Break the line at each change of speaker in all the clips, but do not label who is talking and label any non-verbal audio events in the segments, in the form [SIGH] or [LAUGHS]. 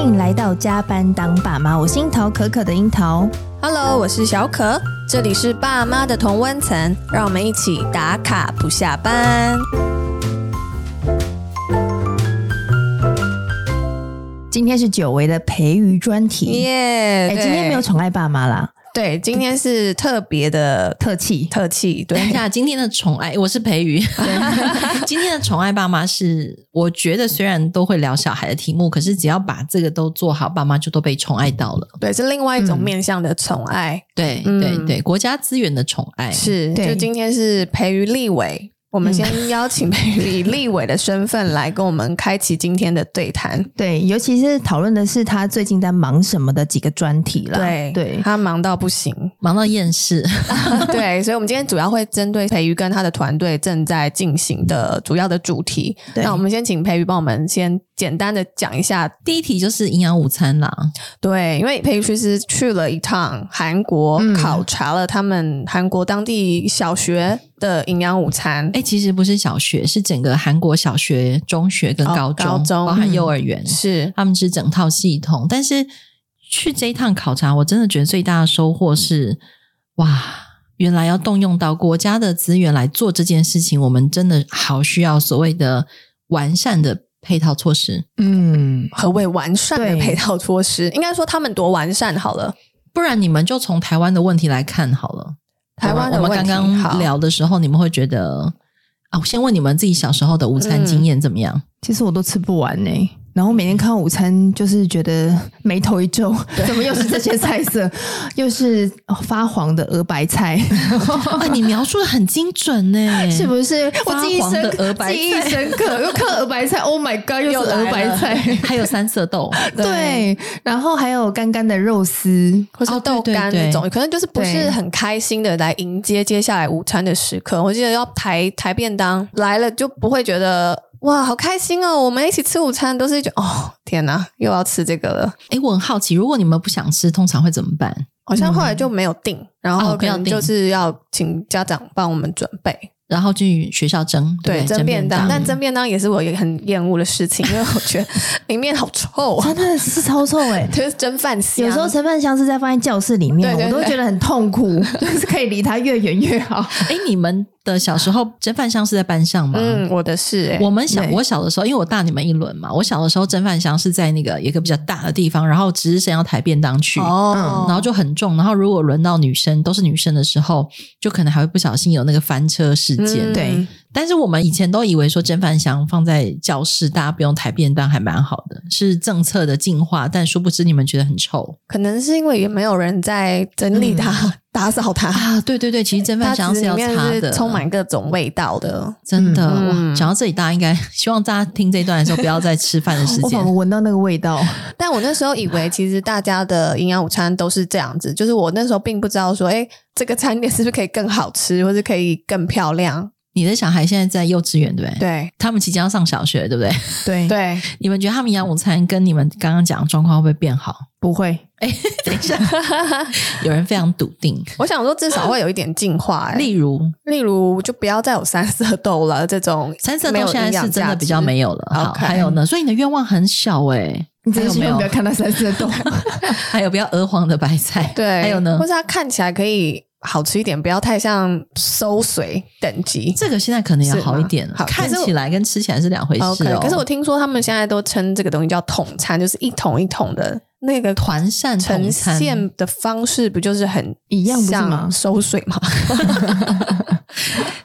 迎来到加班当爸妈，我是樱桃可可的樱桃。
Hello，我是小可，这里是爸妈的同温层，让我们一起打卡不下班。
今天是久违的培育专题，
耶、
哎、今天没有宠爱爸妈啦，
对，今天是特别的特
特气。
特 [LAUGHS] 气，对
等一，下，今天的宠爱，我是
[LAUGHS]
培瑜。今天的宠爱爸妈是，我觉得虽然都会聊小孩的题目，可是只要把这个都做好，爸妈就都被宠爱到了。
对，是另外一种
嗯
面向的宠爱，
对、
嗯
对对，国家资源的宠爱
是，
对
就今天是培育立委。我们先邀请培育以立委的身份来跟我们开启今天的对谈。
对，尤其是讨论的是他最近在忙什么的几个专题啦。
对
对，
他忙到不行，
忙到厌世。 [LAUGHS]
对，所以，我们今天主要会针对培瑜跟他的团队正在进行的主要的主题。
对
那我们先请培瑜帮我们先简单的讲一下。
第一题就是营养午餐啦，
对，因为培瑜其实去了一趟韩国，
嗯
考察了他们韩国当地小学的营养午餐。
哎，其实不是小学，是整个韩国小学、中学跟
哦
高中，
高中嗯
包含幼儿园，
是，
他们是整套系统。但是去这一趟考察，我真的觉得最大的收获是，哇，原来要动用到国家的资源来做这件事情，我们真的好需要所谓的完善的配套措施，
嗯，
何谓完善的
对
配套措施？应该说他们多完善好了。
不然你们就从台湾的问题来看好了。
台湾的
我们
问
刚
题好
刚聊的时候，你们会觉得啊，我先问你们自己小时候的午餐经
嗯
验怎么样？
其实我都吃不完呢、然后每天看到午餐，就是觉得眉头一皱，怎么又是这些菜 [LAUGHS] 色，又是发黄的鹅白菜，
啊，你描述的很精准呢、
[LAUGHS]
是不是？我
发
记忆
黄的
深
鹅
刻，
白
记忆
菜
深刻，又看到鹅白菜，Oh my god，又
又
是
来
鹅白
了
菜。
还有三色豆，
对，然后还有干干的肉丝，
或是
哦对
豆
对
干
对
那种，可能就是不是
对
很开心的来迎接接下来午餐的时刻。我记得要抬抬便当来了，就不会觉得哇好开心哦，我们一起吃午餐，都是觉得哦天哪，又要吃这个了。
哎，我很好奇，如果你们不想吃，通常会怎么办？
好像后来就没有定，然后
哦
可
不要
能
定
就是要请家长帮我们准备，
然后去学校蒸，
对，
不
蒸便当。但
蒸
蒸便当也是我也很厌恶的事
[LAUGHS]
情，因为我觉得里面好臭 [LAUGHS] 啊，
真的是超臭哎、 [LAUGHS]
就是蒸饭香。
有时候盛饭箱是在放在教室里面，
对对
我都
对
觉得很痛苦， [LAUGHS] 就是可以离它越远越 [LAUGHS] 好。
哎，诶你们的小时 [LAUGHS] 候蒸饭箱是在班上吗？
嗯，我的是、欸，
我们小
对
我小的时候，因为我大你们一轮嘛，我小的时候蒸饭箱是在那个一个比较大的地方，然后值日生要抬便当去，嗯
哦，
然后就很重，然后如果轮到女生都是女生的时候，就可能还会不小心有那个翻车事件。
嗯
对，
但是我们以前都以为说蒸饭箱放在教室，大家不用抬便当还蛮好的，是政策的进化，但殊不知你们觉得很臭。
可能是因为也没有人在整理它、
嗯
[LAUGHS] 打扫它，
啊，对对对，其实蒸
它
饭
其
箱
实里
要
面
擦
是
的，
充满各种味道的。
真的。
嗯
哇，讲到这里，大家应该 [LAUGHS] 希望大家听这一段的时候，不要在吃饭的时
我
间
仿佛。闻到那个味道，
但我那时候以
嗯
为，其实大家的营养午餐都是这样子，就是我那时候并不知道说，哎，这个餐点是不是可以更好吃，或是可以更漂亮？
你的小孩现在在幼稚园，对不对？。
对
他们即将要上小学，对不对？
对，
[LAUGHS]
对，
你们觉得他们营养午餐跟你们刚刚讲的状况会不会
[LAUGHS]
变好？
不会，
等一下，有人非常笃定，
我想说至少会有一点进化、诶
嗯例如
例如，就不要再有三色豆了，这种
三色
没有
豆现
营
在
养
是真
价
的
值
比较没有了。好，
OK
还有呢？所以你的愿望很小哎、
[LAUGHS]
你真的
还
千
有
万
没
不
有
要？看到三色豆。
还有不要鹅黄的白菜？
[LAUGHS] 对，
还有呢
或？是它看起来可以好吃一点，不要太像馊水等级。
这个现在可能
是
要
吗
好一点了
好，
看
可是我
起来跟吃起来是两回事
OK，
哦。
可是我听说他们现在都称这个东西叫统餐，就是一桶一桶的那个
团扇
呈
统餐
现的方式，不就是很
一样不是吗
像收水吗？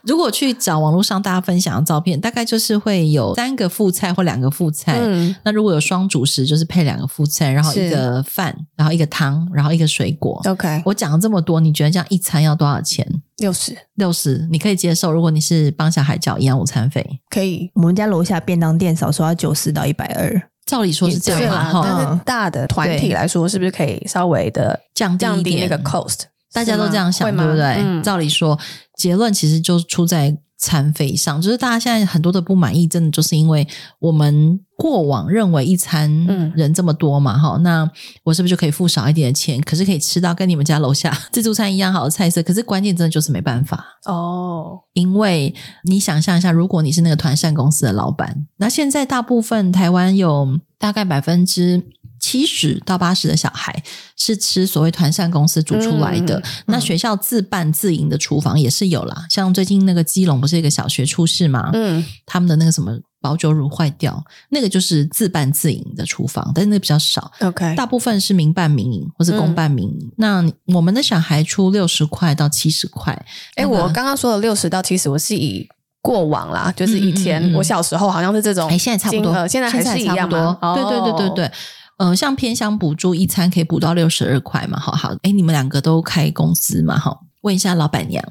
如果去找网络上大家分享的照片，大概就是会有三个副菜或两个副菜。
嗯，
那如果有双主食，就是配两个副菜，然后
是哦
一个饭，然后一个汤，然后一个水果。
OK，
我讲了这么多，你觉得这样一餐要多少钱？
六十
六十，你可以接受。如果你是帮小孩缴营养午餐费，
可以。
[LAUGHS] 我们家楼下便当店少说要九十到一百二，
照理说是这
对
样嘛，
啦，
哈，
啊但是大的团体
对
来说，是不是可以稍微的
降低
降
一
低那
点
个 cost？
大家都这样想，
是吗
对不对？
会吗嗯
照理说，结论其实就是出在餐费上，就是大家现在很多的不满意，真的就是因为我们过往认为一餐
嗯
人这么多嘛，哈、那我是不是就可以付少一点的钱，可是可以吃到跟你们家楼下 [LAUGHS] 自助餐一样好的菜色？可是关键真的就是没办法。
哦，
因为你想象一下，如果你是那个团膳公司的老板，那现在大部分台湾有大概百分之。七十到八十的小孩是吃所谓团膳公司煮出来的。
嗯
那学校自办自营的厨房也是有啦，像最近那个基隆不是有一个小学出事吗？
嗯，
他们的那个什么保酒乳坏掉，那个就是自办自营的厨房，但是那个比较少。
OK，
大部分是民办民营或是公办民
嗯
营。那我们的小孩出六十块到七十块，
哎、
那个
我刚刚说的六十到七十，我是以过往啦，就是以前
嗯嗯嗯嗯
我小时候好像是这哦种金额，
哎，现在差不多，
现在还是一
差
样
不多
吗？。
对对对对
哦，
对，呃，像偏乡补助一餐可以补到六十二块嘛，好好。哎，你们两个都开公司嘛，哈。问一下老板娘，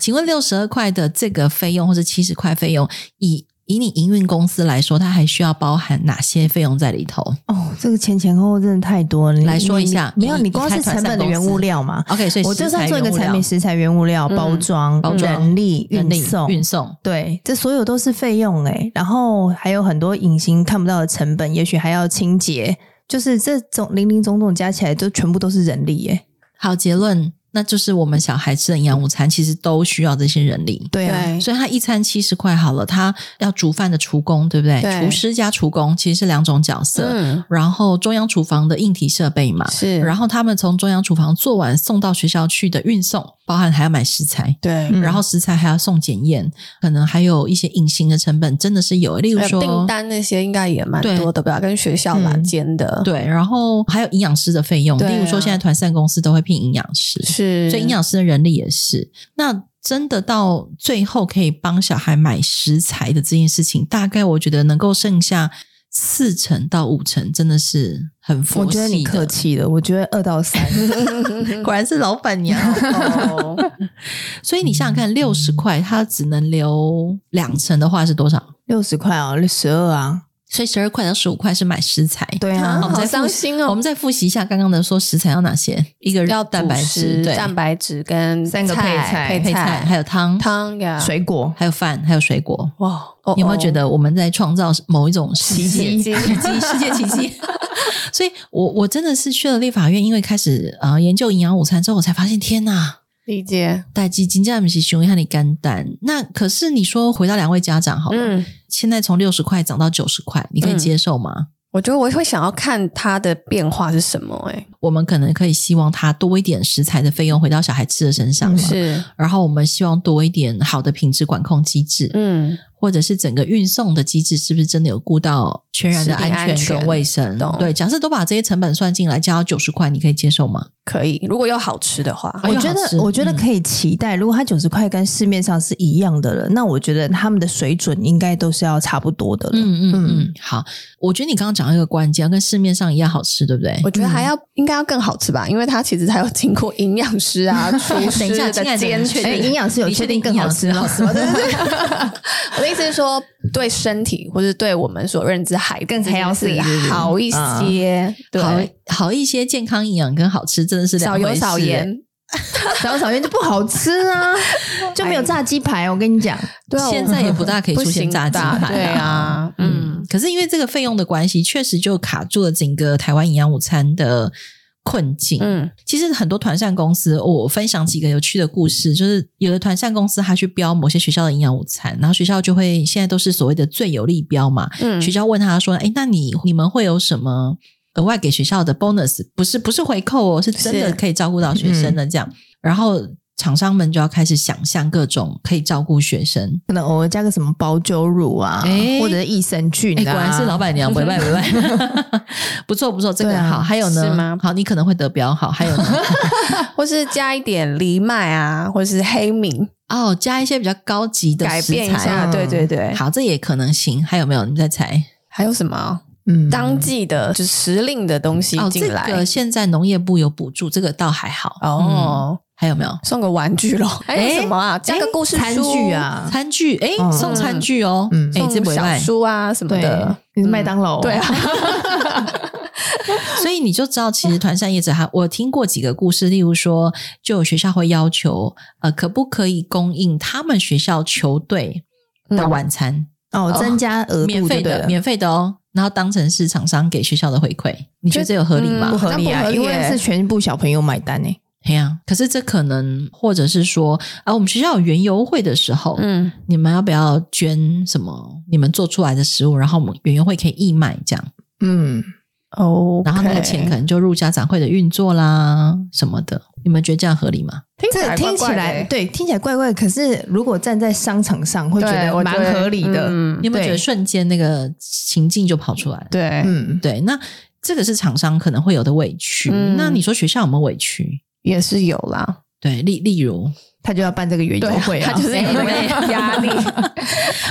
请问六十二块的这个费用，或是七十块费用，以以你营运公司来说，它还需要包含哪些费用在里头
[LAUGHS] 哦，这个前前后后真的太多了。你
来说一下
你没有，
你
你光是成本的原物料嘛，
？OK，所以
我就算做一个
食材
产品，
原物料
食材、原物料、
嗯
包装、
包装
人力、
人力
运送、
运送，
对，这所有都是费用哎、然后还有很多隐形看不到的成本，也许还要清洁，就是这种零零总总加起来，就全部都是人力耶、欸
好，结论那就是我们小孩吃的营养午餐，其实都需要这些人力。
对啊，
对
所以他一餐七十块好了，他要煮饭的厨工，对不对？
对
厨师加厨工其实是两种角色。
嗯，
然后中央厨房的硬体设备嘛，
是，
然后他们从中央厨房做完送到学校去的运送，包含还要买食材，
对，
嗯
然后食材还要送检验，可能还有一些隐形的成本，真的是有。例如
呃
说
订单那些应该也蛮
对
多的吧，跟学校蛮
嗯
兼的，，
对，然后还有营养师的费用，
对啊
例如说现在团膳公司都会聘营养师，
是，
所以营养师的人力也是。那真的到最后可以帮小孩买食材的这件事情，大概我觉得能够剩下四成到五成，真的是很佛
我
系
觉
的。
得你客气了，我觉得二到
[LAUGHS]
三，
果然是老板娘。
[LAUGHS] 哦，
所以你想想看，六十块它只能留两成的话是多少？
六十块哦，十二啊，
所以十二块到十五块是买食材。
对
啊
啊，
我们
好
再复
伤心哦
我们再复习一下刚刚的说食材要哪些？一个
要
蛋白质，
主食
对，
蛋白质跟
三个配菜
配
配菜，还有汤，
汤呀，
水果
还有饭，还有水果。
哇，哦
你有没有觉？得我们在创造某一种奇
奇
迹？
迹
奇迹，世界奇迹。所以我，我真的是去了立法院，因为开始呃研究营养午餐之后，我才发现，天呐，
[LAUGHS] 理解，
代际金价不是熊和你肝胆。那可是你说回到两位家长好了，
嗯，
现在从六十块涨到九十块，你可以
嗯
接受吗？
我觉得我会想要看它的变化是什么，哎，
我们可能可以希望他多一点食材的费用回到小孩吃的身上
嗯
嘛，
是，
然后我们希望多一点好的品质管控机制，
嗯，
或者是整个运送的机制是不是真的有顾到全然的
食品
安
安
全
全
跟卫生？
懂
对，假设都把这些成本算进来，加到九十块，你可以接受吗？
可以，如果要好吃的话，
哎
我
呦
觉
好吃
得，我觉得
嗯
可以期待。如果它九十块跟市面上是一样的了，那我觉得他们的水准应该都是要差不多的了。
嗯嗯
嗯
嗯，好，我觉得你刚刚讲到一个关键，跟市面上一样好吃，对不对？
我觉得还要、应该要更好吃吧，因为它其实还有经过营养师
[LAUGHS]
啊、厨
等一
师
下
的
亲爱的
监
你确
制。
定
哎，营
[LAUGHS]
养师有
你确
确
定
定更
营养
好
师
吃
好
吗？
吃
[LAUGHS]
吗
对对对
我的意思是说，对身体或者对我们所认知还
更
还
healthy，
要是
是不是
好一些，
好
对，
好一些健康营养跟好吃真的是两
少油
回事
少盐。
小炒面就不好吃
[LAUGHS]
啊，
哎
就没有炸鸡排。我跟你讲，
对啊，
现
我
在也不大可以
不
出现
行
炸鸡
吧
排
对啊，嗯
嗯，，可是因为这个费用的关系，确实就卡住了整个台湾营养午餐的困境。
嗯，
其实很多团膳公司，我分享几个有趣的故事，就是有的团膳公司它去标某些学校的营养午餐，然后学校就会现在都是所谓的最有利标嘛，
嗯
学校问他说：“哎，那你你们会有什么额外给学校的 bonus？不是不是回扣哦，是真的
是嗯
可以照顾到学生的这样。然后厂商们就要开始想象各种可以照顾学生。
可能偶尔加个什么保酒乳啊，
哎
或者是益生菌
哎，
啊，
果然是老板娘，不赖不赖，
[LAUGHS]
不错不错，这个
对啊
好。还有呢？
是吗
好，你可能会得标。好，还有呢？
[LAUGHS] 或是加一点藜麦啊，或是黑米，
哦，加一些比较高级的
改
食
变一
材。
下，
嗯
对对对。
好，这也可能行。还有没有？你们再猜？
还有什么啊
嗯
当季的，就是时令的东西
哦，这
进来？
个现在农业部有补助，这个倒还好。嗯，
哦，
还有没有？
送个玩具咯， [LAUGHS] 还有什么啊？加个故事
餐
书
具，啊，
餐具，哎，
嗯
送餐具哦，
嗯
哎，这
送
不
小
赖。
书啊什么
对
的。，
你是麦当劳哦
对啊，
所以你就知道，其实团扇业者还 [LAUGHS] 我听过几个故事，例如说，就有学校会要求，呃，可不可以供应他们学校球队的
嗯
晚餐，
哦，增加额度
免
就
费
对
的，
了。
免费的哦，然后当成是厂商给学校的回馈，你觉得这有合理吗？
嗯
不合理
好
啊，
像不
因
合理耶
为是全部小朋友买单欸诶。
哎呀、可是这可能，或者是说，啊，我们学校有园游会的时
[LAUGHS]
候，
嗯，
你们要不要捐什么你们做出来的食物，然后我们园游会可以义卖这样？
嗯，
哦
然后那个钱可能就入家长会的运作啦什么的。你们觉得这样合理吗？
听起
这
来
听起来对，听起来怪怪。可是如果站在商场上，会觉
对
得
我
蛮
觉得
合理的。
嗯
你有没有觉
对
得瞬间那个情境就跑出来了？
对，
嗯，
对，那这个是厂商可能会有的委屈。
嗯
那你说学校有没有委屈？
也是有啦，
对，例例如，
他就要办这个园游会啊，
他 [LAUGHS] 就是有那个哎压力，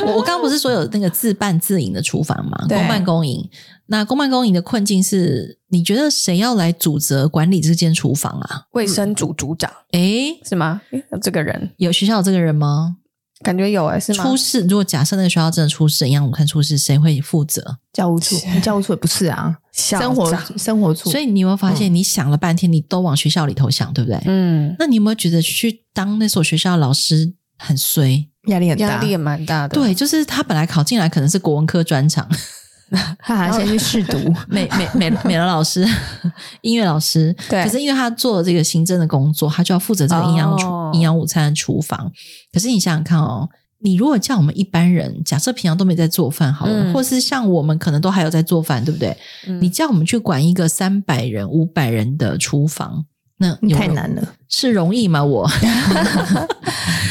我我刚刚不是说有那个自办自营的厨房嘛，
对
公办公营。那公办公营的困境是，你觉得谁要来主责管理这间厨房啊？
[LAUGHS] 卫生组组长
诶，
是吗？诶有这个人
有学校有这个人吗？
感觉有哎，是吗？
出事，如果假设那个学校真的出事，一样我们看出事，谁会负责？
教务处，教务处也不是啊，
校
生活
长
生活处，
所以你有没有发现，你想了半天，你都往学校里头想，对不对？
嗯，
那你有没有觉得去当那所学校的老师很衰？
压力很
压
大
力。也蛮大的，
对，就是他本来考进来可能是国文科专
[LAUGHS]
长，
他还先去试读，
美美美美劳老师、 [LAUGHS] 音乐老师，
对
可是因为他做这个行政的工作，他就要负责这个营养厨、
哦
营养午餐的厨房。可是你想想看哦，你如果叫我们一般人，假设平常都没在做饭好了，
嗯
或是像我们可能都还有在做饭，对不对？
嗯，
你叫我们去管一个三百人、五百人的厨房，那有
太
容
难了。
是容易吗？我。 [LAUGHS]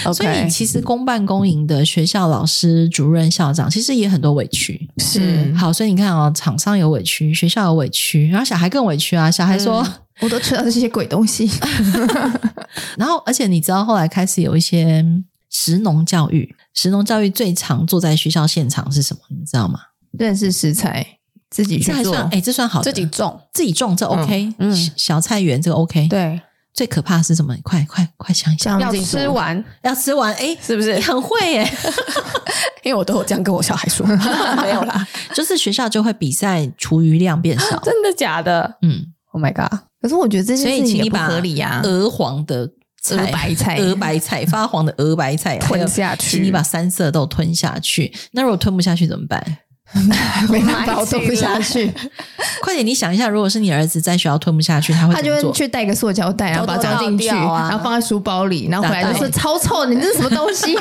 所
OK
以其实公办公营的学校老师、主任、校长其实也很多委屈。
是
嗯
好，所以你看哦，厂商有委屈，学校有委屈，然后小孩更委屈啊。小孩
嗯
说，
我都吃到这些鬼东西，
[LAUGHS] 然后而且你知道后来开始有一些食农教育，食农教育最常坐在学校现场是什么？你们知道吗？
认识食材，自己去
这还
做
算，哎，这算好
自
的，
己种，
自己种这 OK，
嗯
小小菜园这个 OK。，
对，
最可怕的是什么？你快快快想一想，
像
要
自己
吃
煮
完
要哎吃完哎。
是不是
你？很会耶， [LAUGHS]
因为我都有这样跟我小孩 [LAUGHS] 说，没有啦，
就是学校就会比赛厨余量变少，
真的假的
嗯，
？Oh my god！
可是我觉得这
所
件
以
事情
请
也
你
不
把
合理
啊
呀、
鹅黄的
鹅白菜
鹅
[LAUGHS]
白菜发黄的鹅白菜
吞
还有
下去
请你把三色豆吞下去。那如果吞不下去怎么办？
没办法，我做不下
买
去。
[LAUGHS] 快点，你想一下，如果是你儿子在学校吞不下去，他会
他
怎
就
么做
会？去带个塑胶袋，然后把它装进去，
偷偷倒掉啊
然后放在书包里，然后回来就说
打
超臭，你这是什么东西？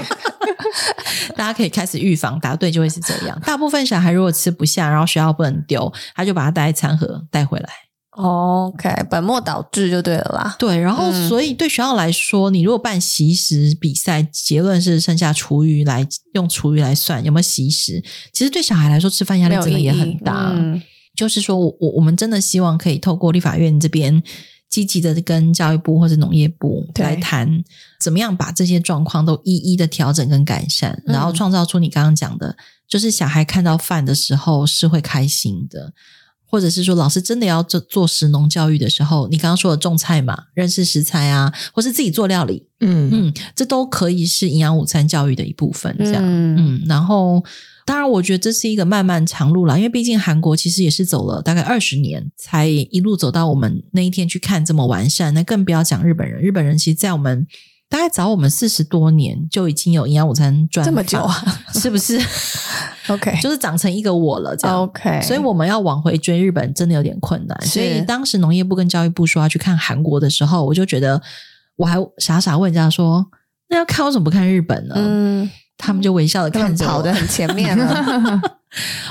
大家可以开始预防，答对就会是这样。大部分小孩如果吃不下，然后学校不能丢，他就把它带在餐盒带回来。
OK，本末倒置就对了啦。
对，然后
嗯
所以对学校来说，你如果办习食比赛，结论是剩下厨余来用厨余来算有没有习食。其实对小孩来说，吃饭压力
没有
真的
意义
也很大。
嗯
就是说我我我们真的希望可以透过立法院这边积极的跟教育部或者农业部
对
来谈，怎么样把这些状况都一一的调整跟改善，
嗯
然后创造出你刚刚讲的，就是小孩看到饭的时候是会开心的。或者是说，老师真的要做做食农教育的时候，你刚刚说的种菜嘛，认识食材啊，或是自己做料理，
嗯，
[LAUGHS] 嗯，这都可以是营养午餐教育的一部分，这样。
嗯
嗯，然后当然，我觉得这是一个漫漫长路啦，因为毕竟韩国其实也是走了大概二十年，才一路走到我们那一天去看这么完善。那更不要讲日本人，日本人其实，在我们大概早我们四十多年就已经有营养午餐专
这么
访
久啊，
是不是？ [LAUGHS]
，OK 哦
就是长成一个我了，这样。
OK，
所以我们要往回追日本真的有点困难。
是
所以当时农业部跟教育部说要去看韩国的时候，我就觉得我还傻傻问人家说：“那要看为什么不看日本呢？”
嗯，
他们就微笑的
他
呃看
们
着我，
跑得很前面了。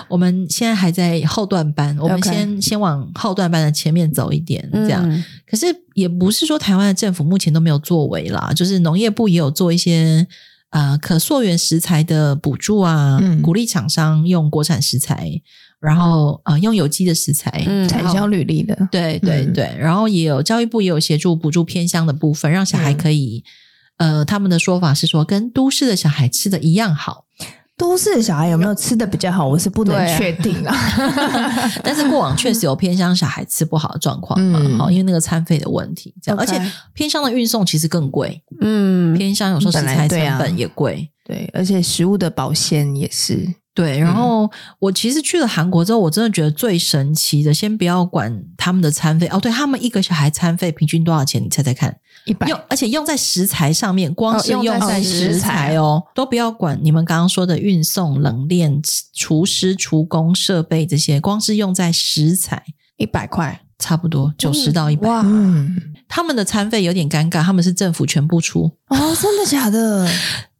我们现在还在后段班，我们先先往后段班的前面走一点， [LAUGHS] 这样。
嗯
可是也不是说台湾的政府目前都没有作为啦，就是农业部也有做一些呃可溯源食材的补助啊，
嗯
鼓励厂商用国产食材，然后呃用有机的食材，
嗯
产
然后
销履历的，
对对
嗯
对，然后也有教育部也有协助补助偏乡的部分，让小孩
嗯
可以、呃他们的说法是说跟都市的小孩吃的一样好。
都市的小孩有没有吃的比较好，我是不能
对啊
确定啊。
但是过往确实有偏乡小孩吃不好的状况嘛，哦
嗯
好、因为那个餐费的问题，这样
OK
而且偏乡的运送其实更贵，
嗯，
偏乡有时候食
本来
材成
对啊
本也贵。
[LAUGHS] 对，而且食物的保鲜也是，
对，然后我其实去了韩国之后，我真的觉得最神奇的，先不要管他们的餐费哦，对他们一个小孩餐费平均多少钱？你猜猜看？
一百
用而且用在食材上面，光
哦
是
用在
用在
食
食材哦，都不要管你们刚刚说的运送、冷链、厨师、厨工、设备这些，光是用在食材，
一百块，
差不多九十到一百。
哇，
嗯，
他们的餐费有点尴尬，他们是政府全部出，
哦，真的假的？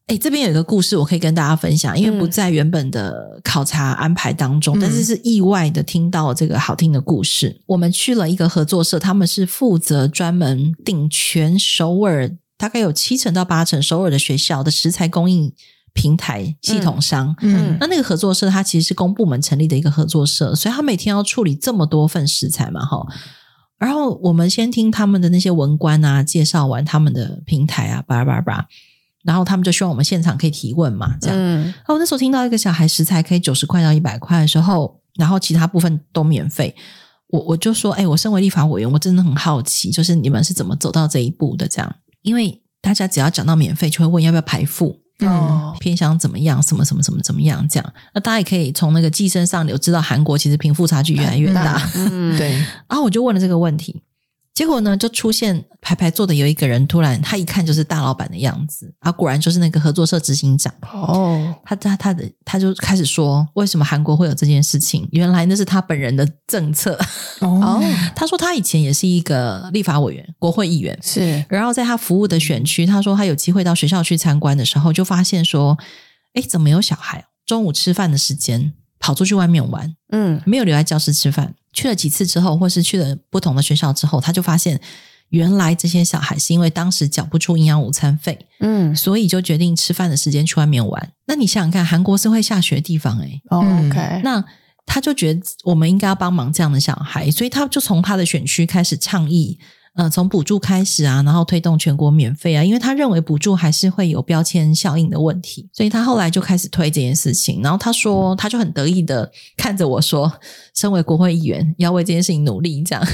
哎，这边有一个故事我可以跟大家分享，因
嗯
为不在原本的考察安排当中，
嗯
但是是意外的听到这个好听的故事。我们去了一个合作社，他们是负责专门订全首尔，大概有七成到八成首尔的学校的食材供应平台系统商。
嗯
那那个合作社，它其实是公部门成立的一个合作社，所以他每天要处理这么多份食材嘛，哈。然后我们先听他们的那些文官啊介绍完他们的平台啊，叭叭叭，然后他们就希望我们现场可以提问嘛，这样。哦
嗯
然后我那时候听到一个小孩食材可以九十块到一百块的时候，然后其他部分都免费，我我就说，哎、我身为立法委员，我真的很好奇，就是你们是怎么走到这一步的？这样，因为大家只要讲到免费，就会问要不要排付，
嗯
哦
偏向怎么样，什么什么什么怎么样这样。那大家也可以从那个寄生上流知道，韩国其实贫富差距越来越大。
嗯，
对，
然后我就问了这个问题，结果呢，就出现排排坐的有一个人，突然他一看就是大老板的样子，啊，果然就是那个合作社执行长。
哦，
他他他的他就开始说，为什么韩国会有这件事情？原来那是他本人的政策。 [LAUGHS]
哦，
他说他以前也是一个立法委员、国会议员，
是
然后在他服务的选区，他说他有机会到学校去参观的时候，就发现说，哎，怎么有小孩中午吃饭的时间跑出去外面玩，
嗯
没有留在教室吃饭？去了几次之后，或是去了不同的学校之后，他就发现，原来这些小孩是因为当时缴不出营养午餐费，
嗯
所以就决定吃饭的时间去外面玩。那你想想看，韩国是会下雪的地方诶、
哦
嗯
，OK，
那他就觉得我们应该要帮忙这样的小孩，所以他就从他的选区开始倡议，呃，从补助开始啊，然后推动全国免费啊，因为他认为补助还是会有标签效应的问题，所以他后来就开始推这件事情。然后他说，他就很得意的看着我说，身为国会议员，要为这件事情努力这样。 [LAUGHS]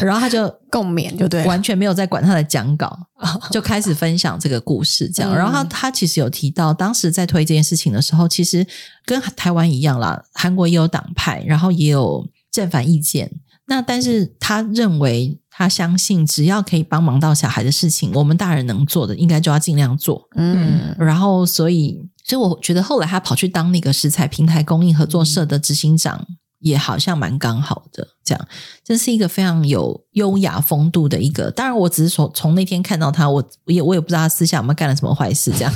然后他就
共勉就对了哦
完全没有在管他的讲稿， [LAUGHS] 就开始分享这个故事，这样。
嗯
然后他他其实有提到，当时在推这件事情的时候，其实跟台湾一样啦，韩国也有党派，然后也有正反意见。那但是他认为，他相信只要可以帮忙到小孩的事情，我们大人能做的，应该就要尽量做。
嗯
然后所以，所以我觉得后来他跑去当那个食材平台供应合作社的执行长，也好像蛮刚好的。这样，这是一个非常有优雅风度的一个。当然，我只是从从那天看到他，我我也我也不知道他私下有没有干了什么坏事。
[LAUGHS]
这样，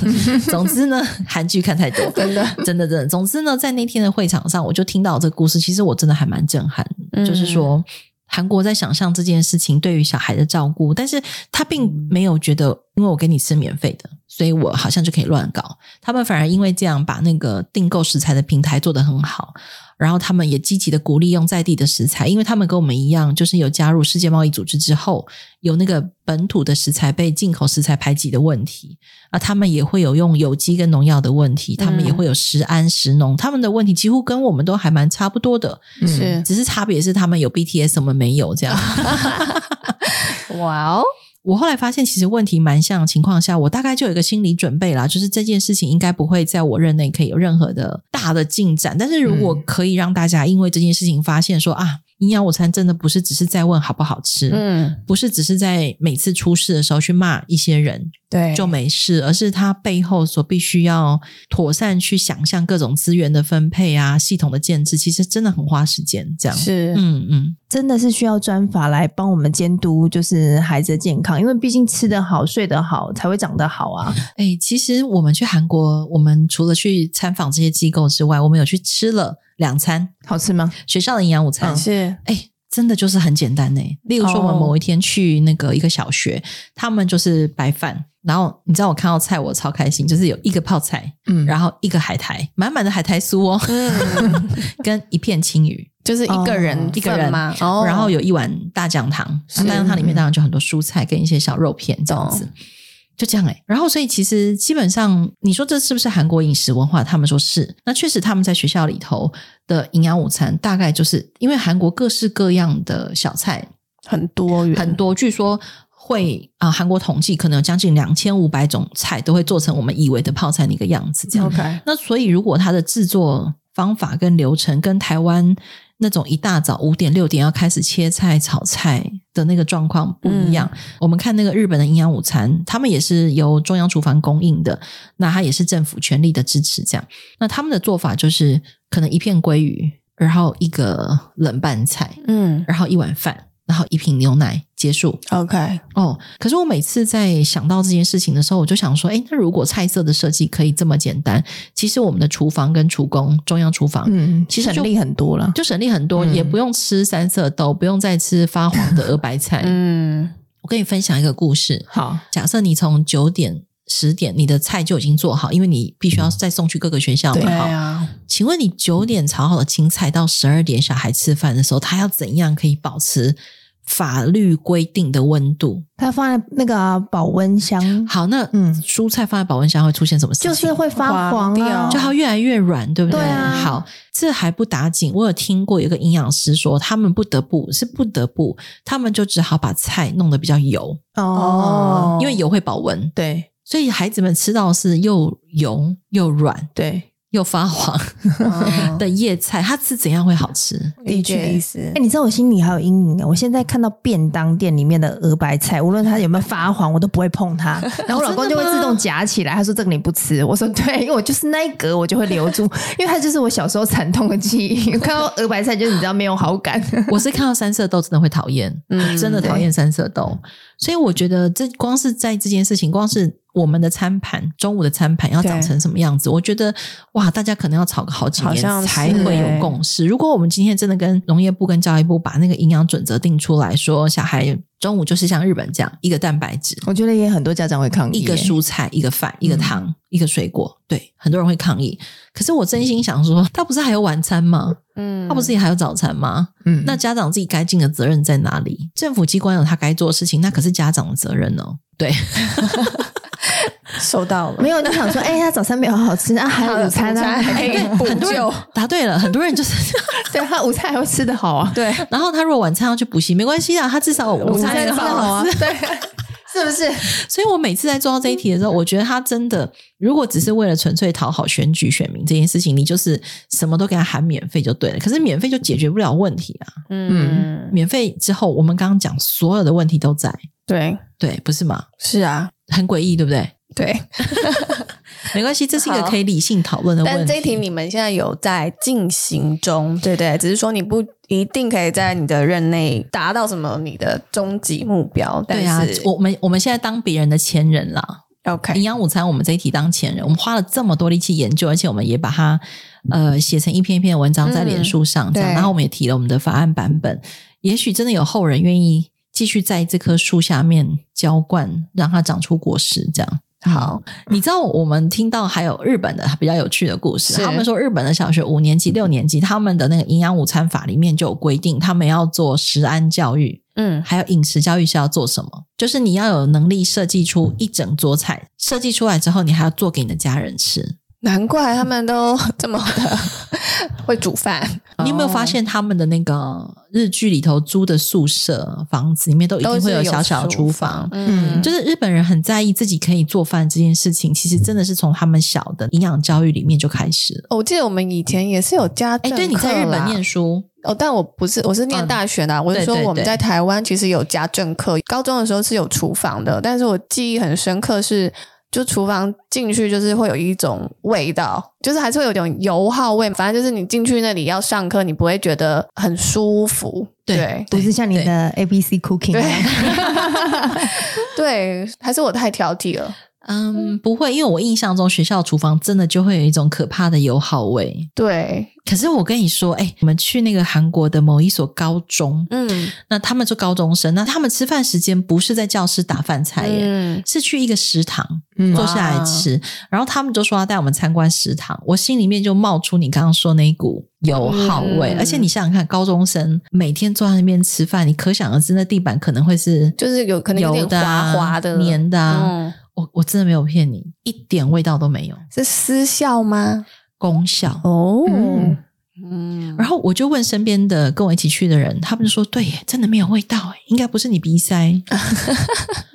总之呢，韩剧看太多，
真的
真的真的。总之呢，在那天的会场上，我就听到这个故事，其实我真的还蛮震撼的。
嗯
就是说韩国在想象这件事情对于小孩的照顾，但是他并
嗯
没有觉得，因为我给你吃免费的，所以我好像就可以乱搞。他们反而因为这样把那个订购食材的平台做得很好，然后他们也积极的鼓励用在地的食材，因为他们跟我们一样，就是有加入世界贸易组织之后，有那个本土的食材被进口食材排挤的问题啊，他们也会有用有机跟农药的问题，他们也
嗯
会有食安食农，他们的问题几乎跟我们都还蛮差不多的。
嗯
是
只是差别是他们有 BTS，我们没有这
[LAUGHS]
样。
哇哦，
我后来发现，其实问题蛮像的情况下，我大概就有一个心理准备啦，就是这件事情应该不会在我任内可以有任何的大的进展。但是如果
嗯
可以让大家因为这件事情发现说啊，营养午餐真的不是只是在问好不好吃，
嗯，
不是只是在每次出事的时候去骂一些人，
对，
就没事，而是它背后所必须要妥善去想象各种资源的分配啊、系统的建制，其实真的很花时间。这样，
是
嗯嗯，
真的是需要专法来帮我们监督，就是孩子的健康，因为毕竟吃得好、睡得好，才会长得好啊。
哎、其实我们去韩国，我们除了去参访这些机构之外，我们有去吃了两餐
好吃吗？
学校的营养午餐。
是
哎、真的就是很简单呢、例如说，我们
哦
某一天去那个一个小学，他们就是白饭，然后你知道我看到菜我超开心，就是有一个泡菜，
嗯
然后一个海苔，满满的海苔酥哦，
嗯，
[LAUGHS] 跟一片青鱼，
就是一个人
哦
一个人
份吗？哦，
然后有一碗大酱汤，
是嗯
那大酱汤里面当然就很多蔬菜跟一些小肉片这样子，就这样哎、然后所以其实基本上，你说这是不是韩国饮食文化？他们说是，那确实他们在学校里头的营养午餐大概就是因为韩国各式各样的小菜
很多元，
很多，据说。会啊、韩国统计可能有将近两千五百种菜都会做成我们以为的泡菜那个样子，这样
OK，
那所以，如果它的制作方法跟流程跟台湾那种一大早五点六点要开始切菜炒菜的那个状况不一样，我们看那个日本的营养午餐，他们也是由中央厨房供应的，那它也是政府全力的支持，这样。那他们的做法就是可能一片鲑鱼，然后一个冷拌菜，
嗯
然后一碗饭，然后一瓶牛奶，结束。
OK，
哦，可是我每次在想到这件事情的时候，我就想说，哎，那如果菜色的设计可以这么简单，其实我们的厨房跟厨工，中央厨房。
嗯，
其实就
省力很多了。
就省力很多，
嗯
也不用吃三色豆，不用再吃发黄的鹅白菜。
嗯，
我跟你分享一个故事，
好，
假设你从九点、十点，你的菜就已经做好，因为你必须要再送去各个学校嘛。
对
对
好，
啊，
请问你九点炒好的青菜到十二点小孩吃饭的时候，他要怎样可以保持法律规定的温度？
它放在那个啊、保温箱，
好，那
嗯
蔬菜放在保温箱会出现什么事情？
就是会发黄
黄
啊，
掉
就它越来越软，对不对？
对啊
好，这还不打紧。我有听过有个营养师说，他们不得不是不得不，他们就只好把菜弄得比较油，
哦，
因为油会保温，
对
所以孩子们吃到的是又油又软
对，
又发黄 [LAUGHS]
嗯
哦
的叶菜，它是怎样会好吃？
的
理
确
解意思
哎、。你知道我心里还有阴影啊！我现在看到便当店里面的鹅白菜，无论它有没有发黄，我都不会碰它。然后我老公就会自动夹起来，他说：“这个你不吃。”我说：“对，因为我就是那一格，我就会留住， [LAUGHS] 因为它就是我小时候惨痛的记忆。看到鹅白菜，就是你知道没有好感。
[LAUGHS]
我是看到三色豆真的会讨厌，
嗯
真的讨厌三色豆，所以我觉得这光是在这件事情，光是我们的餐盘，中午的餐盘要长成什么样子，我觉得哇，大家可能要吵个好几
好像
年
是
才会有共识。如果我们今天真的跟农业部跟教育部把那个营养准则定出来说，小孩中午就是像日本这样，一个蛋白质”，
我觉得也很多家长会抗议、哎
一个
书，
蔬菜，一个
嗯
饭，一个汤，一个水果，对，很多人会抗议。可是我真心想说，他不是还有晚餐吗？
嗯
他不是也还有早餐吗？
嗯
那家长自己该尽的责任在哪里？政府机关有他该做的事情，那可是家长的责任哦。对， [LAUGHS]
收到了
没，有，你想说，哎、他早餐没有好好吃，啊，还有午餐啊，
午餐还可以
哎
补
很多人
救，
答对了，很多人就是。 [LAUGHS]
对他午餐还会吃的好啊，
对，
然后他如果晚餐要去补习，没关系啊，他至少午餐也
吃
很
的
好
啊
啊。，
对，是不是？
所以我每次在做到这一题的时候，我觉得他真的，如果只是为了纯粹讨好选举选民这件事情，你就是什么都给他喊免费就对了。可是免费就解决不了问题啊！
[LAUGHS] 嗯，
免费之后，我们刚刚讲所有的问题都在，
对，
对，不是吗？
是啊，
很诡异，对不对？
对。
没关系，这是一个
好
可以理性讨论的问题。
但这一题你们现在有在进行中，对不对？只是说你不一定可以在你的任内达到什么你的终极目标，但
对啊
是，哎
我们我们现在当别人的前人啦。营
OK，
养午餐，我们这一题当前人，我们花了这么多力气研究，而且我们也把它呃写成一篇一篇的文章在
嗯
脸书上，这样，
对
然后我们也提了我们的法案版本。也许真的有后人愿意继续在这棵树下面浇灌，让它长出果实，这样。
好，
你知道我们听到还有日本的比较有趣的故事，
是
他们说日本的小学五年级、六年级，他们的那个营养午餐法里面就有规定，他们要做食安教育。
嗯，
还有饮食教育是要做什么？就是你要有能力设计出一整桌菜，设计出来之后，你还要做给你的家人吃。
难怪他们都这么的 [LAUGHS] 会煮饭，
你有没
哦
有发现他们的那个日剧里头租的宿舍房子里面都一
都
定
是
会有
有
小小的
厨
厨房？
嗯，
就是是日本人很在意自己可以做饭这件事情，其实真的是从他们小的营养教育里面就开始了。
哦我记得我们以前也是有家
哎，
政，
对，你在日本念。书，
哦，但我不是，我是念
嗯
大学的啊、我是
对
说
对
我们
对
在台湾其实有家政课，高中的时候是有厨房的，但是我记忆很深刻是，就厨房进去就是会有一种味道，就是还是会有点油耗味，反正就是你进去那里要上课，你不会觉得很舒服。
对 [LAUGHS]
对
不是像你的 A B C cooking 啊
对
那样
对还是我太挑剔了。
嗯，不会，因为我印象中学校厨房真的就会有一种可怕的油耗味。
对，
可是我跟你说，哎、我们去那个韩国的某一所高中，
嗯，
那他们就高中生，那他们吃饭时间不是在教室打饭菜耶，
嗯，
是去一个食堂
嗯
坐下来吃，然后他们就说要带我们参观食堂，我心里面就冒出你刚刚说那一股油耗味，
嗯
而且你想想看，高中生每天坐在那边吃饭，你可想而知那地板可能会是
就是有可能有
油
点
的啊、
滑滑的
黏的、啊，
嗯，
我我真的没有骗你，一点味道都没有，
是私校吗？
功效。
哦，
嗯
嗯，
然后我就问身边的跟我一起去的人，他们就说：“对耶，真的没有味道耶，应该不是你鼻塞，因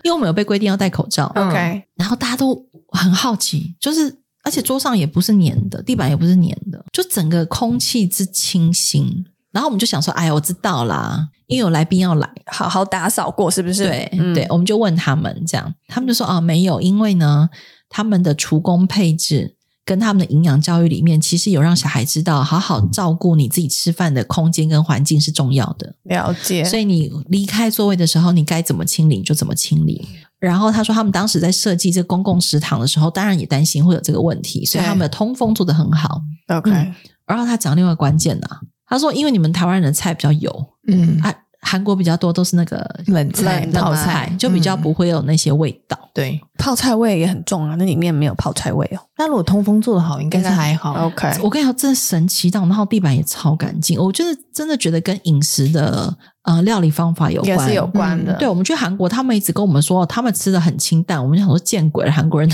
为我们有被规定要戴口罩。
嗯
OK，
然后大家都很好奇，就是而且桌上也不是粘的，地板也不是粘的，就整个空气之清新。然后我们就想说：“哎呀，我知道啦，因为有来宾要来。”
好好打扫过是不是？
对、
嗯
对，我哦们就问他们这样，他们就说啊，没有，因为呢，他们的厨工配置跟他们的营养教育里面，其实有让小孩知道，好好照顾你自己吃饭的空间跟环境是重要的。
了解，
所以你离开座位的时候，你该怎么清理就怎么清理。
嗯
然后他说，他们当时在设计这公共食堂的时候，当然也担心会有这个问题，所以
对
他们的通风做得很好。
OK，
嗯然后他讲另外一个关键呢、他说因为你们台湾人的菜比较油
嗯，
啊，韩国比较多都是那个
冷菜
冷的
泡
泡
嘛
菜
菜，就比较
嗯
不会有那些味道。
对。
泡菜味也很重啊，那里面没有泡菜味哦。
那如果通风做得好，应该是还好。
OK，
我跟你讲，真的神奇到，然后地板也超干净。我觉得真的觉得跟饮食的呃料理方法有
也
关，
是有关嗯的。
对，我们去韩国，他们一直跟我们说他们吃的很清淡，我们就想说见鬼了，韩
[LAUGHS]
国人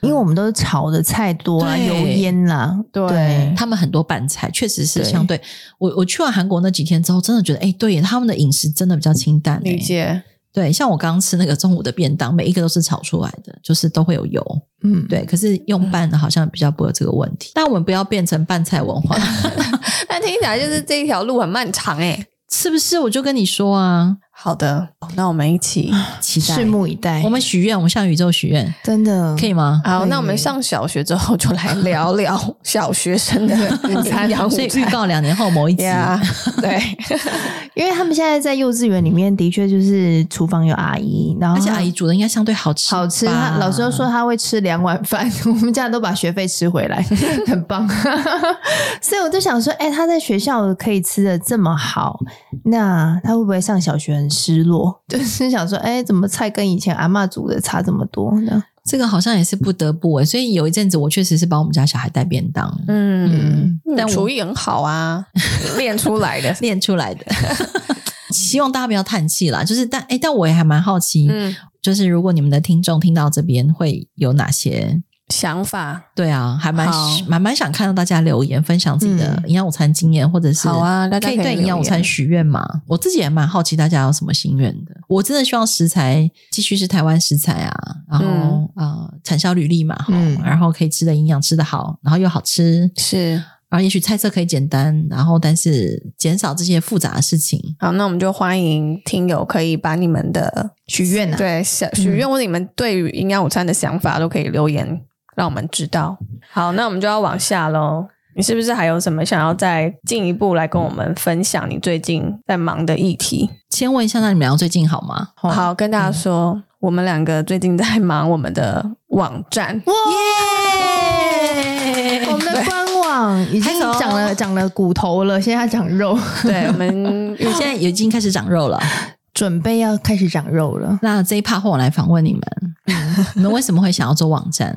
因为我们都是炒的菜多啦，
对
油烟啦，
对
对
他们很多拌菜确实是
对
相对。我我去完韩国那几天之后，真的觉得哎，对耶，他们的饮食真的比较清淡、哎
理。解。
对，像我刚刚吃那个中午的便当，每一个都是炒出来的，就是都会有油。
嗯，
对，可是用拌的好像比较不会有这个问
嗯
题。但我们不要变成拌菜文化，
但听起来就是这一条路很漫长哎、
是不是？我就跟你说啊，
好的，那我们一起。
期待
拭目以待。嗯
我们许愿，我们向宇宙许愿，
真的
可以吗？ [LAUGHS]
好，
对
那我们上小学之后就来 [LAUGHS] 聊聊小学生的 [LAUGHS] 午餐养午
所以预
餐。
告两年后某一集。
呀，对， [LAUGHS]
因为他们现在在幼稚园里面的确就是厨房有阿姨，然后
而且阿姨煮的应该相对好吃，
好吃，他老师都说，他会吃两碗饭， [LAUGHS] 我们家人都把学费吃回来， [LAUGHS] 很棒。所以我就想说，哎、他在学校可以吃的这么好，那他会不会上小学很失落？ [LAUGHS] 就是想说，哎、怎么菜跟以前阿嬷煮的差这么多呢？
这个好像也是不得不哎、所以有一阵子我确实是帮我们家小孩带便当，
嗯，
嗯，
但
但
我
厨艺很好啊， [LAUGHS] 练出来 [LAUGHS] 的。
练
[LAUGHS]
出来的。希望大家不要叹气啦，就是但哎、但我也还蛮好奇，
嗯，
就是如果你们的听众听到这边会有哪些？
想法
对啊，还蛮
好
蛮蛮想看到大家留言分享自己的
嗯
营养午餐经验，或者是
好啊大家
可以
可以
对
留
营养午餐
言
许愿嘛？我自己也蛮好奇大家有什么心愿的。我真的希望食材继续是台湾食材啊，然后、
嗯
呃产销履历嘛，哈
嗯
然后可以吃的营养吃的好，然后又好吃，
是
然后也许菜色可以简单，然后但是减少这些复杂的事情。
好，那我们就欢迎听友可以把你们的
许愿啊，
对想许愿或者你们对于营养午餐的想法都可以留言，让我们知道。好，那我们就要往下喽。你是不是还有什么想要再进一步来跟我们分享你最近在忙的议题？
先问一下，那你们俩最近好
[LAUGHS]
吗？
哦
好，跟大家说，我们两个最近在忙我们的网站。
耶！我们的官网 [LAUGHS] 已经
拍手
长了长了骨头了，现在要长肉，
[LAUGHS] 对，我们
因为现在已经开始长肉了。
[LAUGHS] 准备要开始长肉了。
那这一趴换我来访问你们，你们为什么会想要做网站？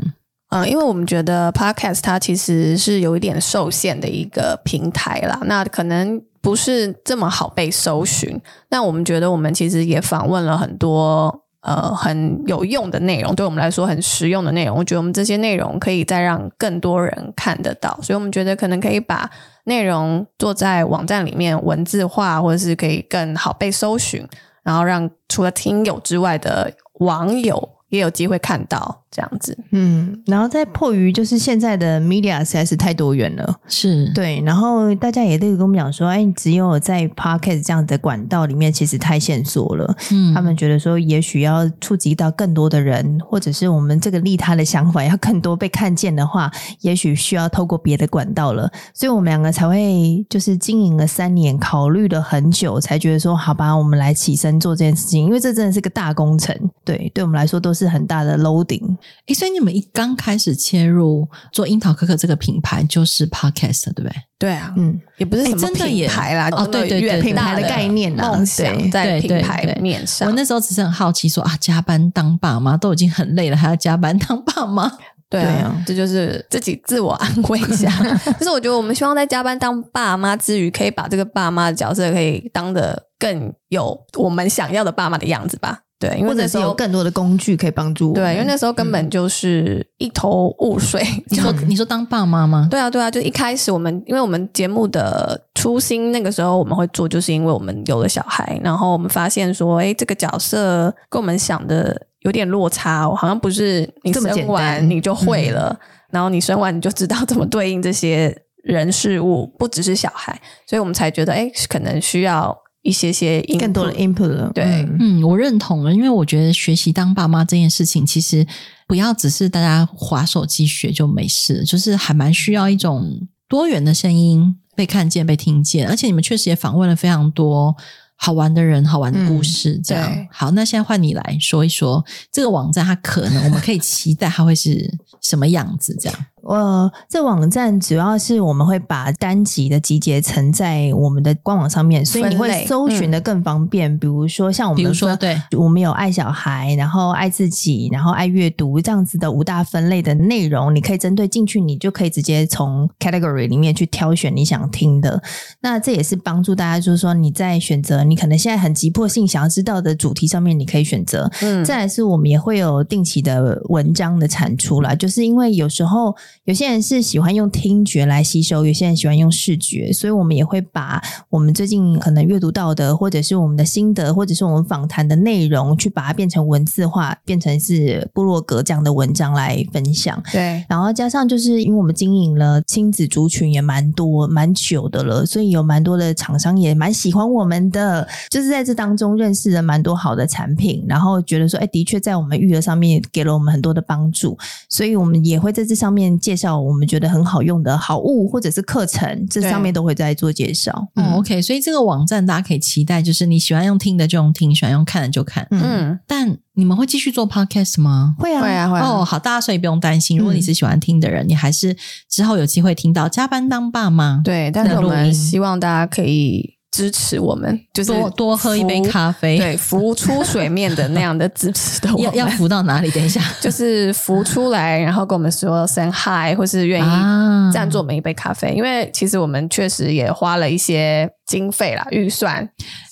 嗯，因为我们觉得 podcast 它其实是有一点受限的一个平台啦，那可能不是这么好被搜寻。那我们觉得我们其实也访问了很多呃很有用的内容，对我们来说很实用的内容。我觉得我们这些内容可以再让更多人看得到，所以我们觉得可能可以把内容做在网站里面文字化，或者是可以更好被搜寻，然后让除了听友之外的网友也有机会看到这样子。
嗯，然后再迫于就是现在的 media 实在是太多元了。
是
对，然后大家也都有跟我们讲说，哎，只有在 podcast 这样的管道里面，其实太线索了。
嗯
他们觉得说，也许要触及到更多的人，或者是我们这个利他的想法要更多被看见的话，也许需要透过别的管道了。所以我们两个才会就是经营了三年，考虑了很久，才觉得说，好吧，我们来起身做这件事情，因为这真的是个大工程，对，对我们来说都是很大的 loading。
诶，所以你们一刚开始切入做樱桃可可这个品牌，就是 podcast 对不对？
对啊，
嗯，
也不是什
哎
么
真的耶
品牌啦，
哦对对对
远
对
品牌的概念啊
梦想
对
在
对对
品牌
对
面
啊
上。
我那时候只是很好奇说，啊，加班当爸妈都已经很累了，还要加班当爸妈？
对
对
啊
啊，
这就是自己自我安慰一下。 [LAUGHS] 就是我觉得我们希望在加班当爸妈之余，可以把这个爸妈的角色可以当的更有我们想要的爸妈的样子吧。对，因为
或者
那时
是
候
有更多的工具可以帮助我们。
对，因为那时候根本就是一头雾水，
你
就
说你说当爸妈吗？
对啊，对啊，就一开始我们，因为我们节目的初心，那个时候我们会做，就是因为我们有了小孩，然后我们发现说，哎，这个角色跟我们想的有点落差、哦，好像不是你
这么
生
简单
完你就会了，
嗯
然后你生完你就知道怎么对应这些人事物，不只是小孩，所以我们才觉得，哎，可能需要一些些音，
更多的 input 了。
对
嗯
嗯，我认同了，因为我觉得学习当爸妈这件事情，其实不要只是大家划手机学就没事，就是还蛮需要一种多元的声音被看见、被听见。而且你们确实也访问了非常多好玩的人、好玩的故事。这样
对
好，那现在换你来说一说这个网站，它可能我们可以期待它会是什么样子？这样，
呃，这网站主要是我们会把单集的集结成在我们的官网上面，所以你
分
会
类
搜寻的更方便。比如说像我们
嗯比如说
分
对，
我们有爱小孩，然后爱自己，然后爱阅读这样子的五大分类的内容，你可以针对进去，你就可以直接从 category 里面去挑选你想听的。那这也是帮助大家，就是说你在选择你可能现在很急迫性想要知道的主题上面，你可以选择。
嗯，
再来是我们也会有定期的文章的产出啦，就是因为有时候有些人是喜欢用听觉来吸收，有些人喜欢用视觉，所以我们也会把我们最近可能阅读到的，或者是我们的心得，或者是我们访谈的内容，去把它变成文字化，变成是部落格这样的文章来分享。
对，
然后加上就是因为我们经营了亲子族群也蛮多蛮久的了，所以有蛮多的厂商也蛮喜欢我们的，就是在这当中认识了蛮多好的产品，然后觉得说，哎，的确在我们育儿上面给了我们很哎多的帮助，所以我们也会在这上面介绍我们觉得很好用的好物或者是课程，这上面都会在做介绍。嗯
哦，OK，所以这个网站大家可以期待，就是你喜欢用听的就用听，喜欢用看的就看。
嗯
嗯，
但你们会继续做 podcast 吗？
会啊，[LAUGHS]
会啊会啊，
哦，好，大家所以不用担
嗯
心。如果你是喜欢听的人，你还是之后有机会听到加班当爸妈，，
对，但是
那
我
录音
们希望大家可以支持我们，就是
多多喝一杯
浮
咖啡，
对，浮出水面的那样的支持的我
要要
们，
扶到哪里？等一下
[LAUGHS] 就是浮出来，然后跟我们说声 hi，或是愿意
啊
赞助我们一杯咖啡，因为其实我们确实也花了一些经费啦，预算
哎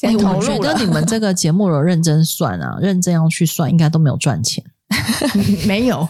先投
我觉
入
得
了。
你们这个节目有认真算啊，认真要去算，应该都没有
[LAUGHS]
赚钱，
没有，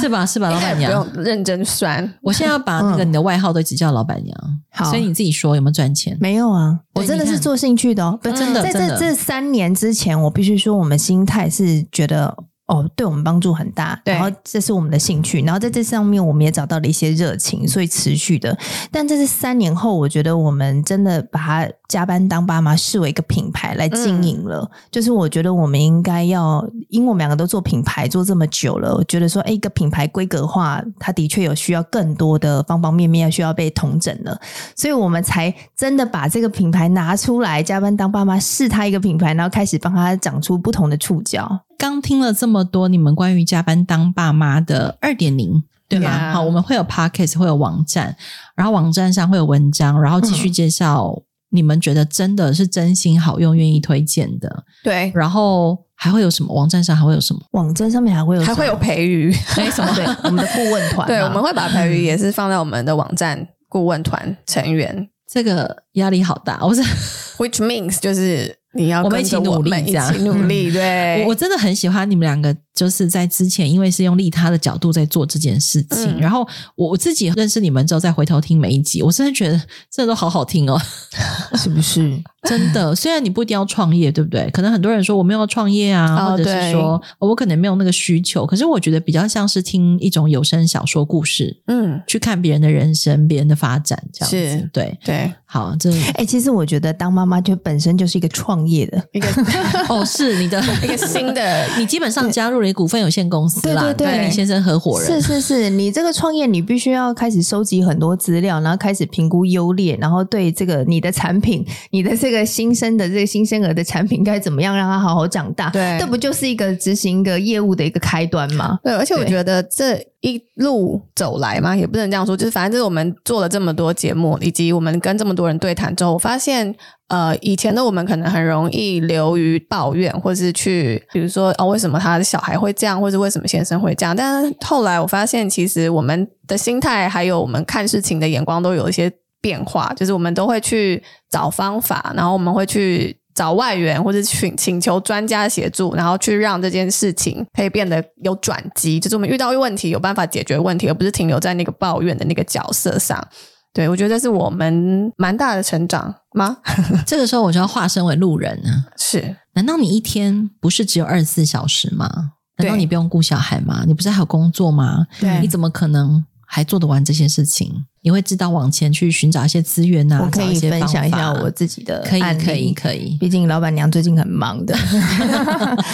是吧？是吧，老板
不
娘？
用认真算，
我现在要把那个
嗯
你的外号都一直叫老板娘，
好
所以你自己说有没有赚钱？
没有啊，
对
我真的
你
是
看
做兴趣的哦，不是
真的
在
真的
这这三年之前，我必须说，我们心态是觉得哦，对我们帮助很大，
对
然后这是我们的兴趣，然后在这上面我们也找到了一些热情，所以持续的。但这是三年后，我觉得我们真的把它加班当爸妈视为一个品牌来
嗯
经营了。就是我觉得我们应该要，因为我们两个都做品牌做这么久了，我觉得说，哎，一个品牌规格化，它的确有需要更多的方方面面需要被统整了。所以我们才真的把这个品牌拿出来，加班当爸妈是他一个品牌，然后开始帮他长出不同的触角。
刚听了这么多你们关于加班当爸妈的二点零，对吗
Yeah
好，我们会有 podcast，会有网站，然后网站上会有文章，然后继续介绍你们觉得真的是真心好用、愿意推荐的，
对，
然后还会有什么？网站上还会有什么？
网站上面还会有
还会有培育，
没什么对我们的顾问
啊
团嘛，
[LAUGHS] 对，我们会把培育也是放在我们的网站顾问团成员
这个压力好大，我是
，which means 就是你要
我们
跟
一起
着
努力
们一
这样
起努
[LAUGHS]
力，对，
我我真的很喜欢你们两个，就是在之前，因为是用利他的角度在做这件事情，
嗯
然后我我自己认识你们之后，再回头听每一集，我真的觉得 [LAUGHS] 真的都好好
[LAUGHS]
听哦。
是不是？
[LAUGHS] 真的，虽然你不一定要创业，对不对？可能很多人说我没有要创业啊，
哦
或者是
对
说、哦我可能没有那个需求。可是我觉得比较像是听一种有声小说故事，
嗯，
去看别人的人生、别人的发展，这样子
是。
对，
对，
好，
[LAUGHS]
这
哎、其实我觉得当妈妈就本身就是一个创业的，
[LAUGHS]
一个
哦是你的
[LAUGHS] 一个新的
你基本上加入了一个股份有限公司啦，
对对对
跟你先生合伙
是
人。
是是，你这个创业你必须要开始收集很多资料，然后开始评估优劣，然后对这个你的产品、你的这个新生的这个新生儿的产品该怎么样让它好好长大？
对
这不就是一个执行一个业务的一个开端吗？
对，而且我
对
觉得这一路走来嘛，也不能这样说，就是反正就是我们做了这么多节目，以及我们跟这么多人对谈之后，我发现，呃，以前的我们可能很容易流于抱怨，或是去，比如说，哦，为什么他的小孩会这样，或是为什么先生会这样？但是后来我发现，其实我们的心态还有我们看事情的眼光都有一些变化，就是我们都会去找方法，然后我们会去找外援或者请请求专家协助，然后去让这件事情可以变得有转机，就是我们遇到问题有办法解决问题，而不是停留在那个抱怨的那个角色上。对，我觉得这是我们蛮大的成长吗？ [LAUGHS]
这个时候我就要化身为路人呢。
是，
难道你一天不是只有二十四小时吗？难道
对
你不用顾小孩吗？你不是还有工作吗？
对
你怎么可能还做得完这些事情？你会知道往前去寻找一些资源啊，
我可
找一
以
些
分享一下
方法啊
我自己的
可以
案例
可以可以
毕竟老板娘最近很忙
[LAUGHS]
的，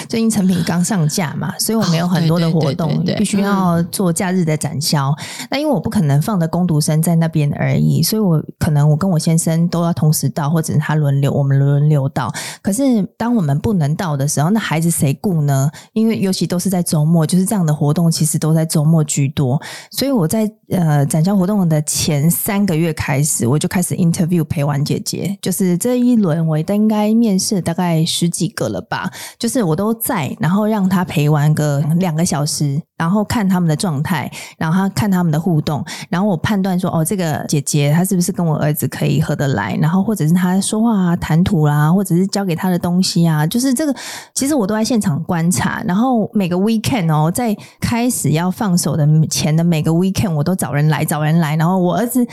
最近成品刚上架嘛，所以我们有很多的活
哦对
动
对对对，对
必须要做假日的展销。那因为我不可能放着工读生在那边而已，所以我可能我跟我先生都要同时到，或者是他轮流，我们轮流到。可是当我们不能到的时候，那孩子谁顾呢？因为尤其都是在周末，就是这样的活动，其实都在周末居多。所以我在呃展销活动的前三个月开始，我就开始 interview 陪玩姐姐，就是这一轮我应该面试大概十几个了吧，就是我都在，然后让她陪玩个两个小时，然后看他们的状态，然后她看他们的互动，然后我判断说，哦，这个姐姐她是不是跟我儿子可以合得来，然后或者是她说话啊、谈吐啦、或者是教给她的东西啊，就是这个，其实我都在现场观察。然后每个 weekend 哦，在开始要放手的前的每个 weekend，我都找人来，找人来。然后我儿子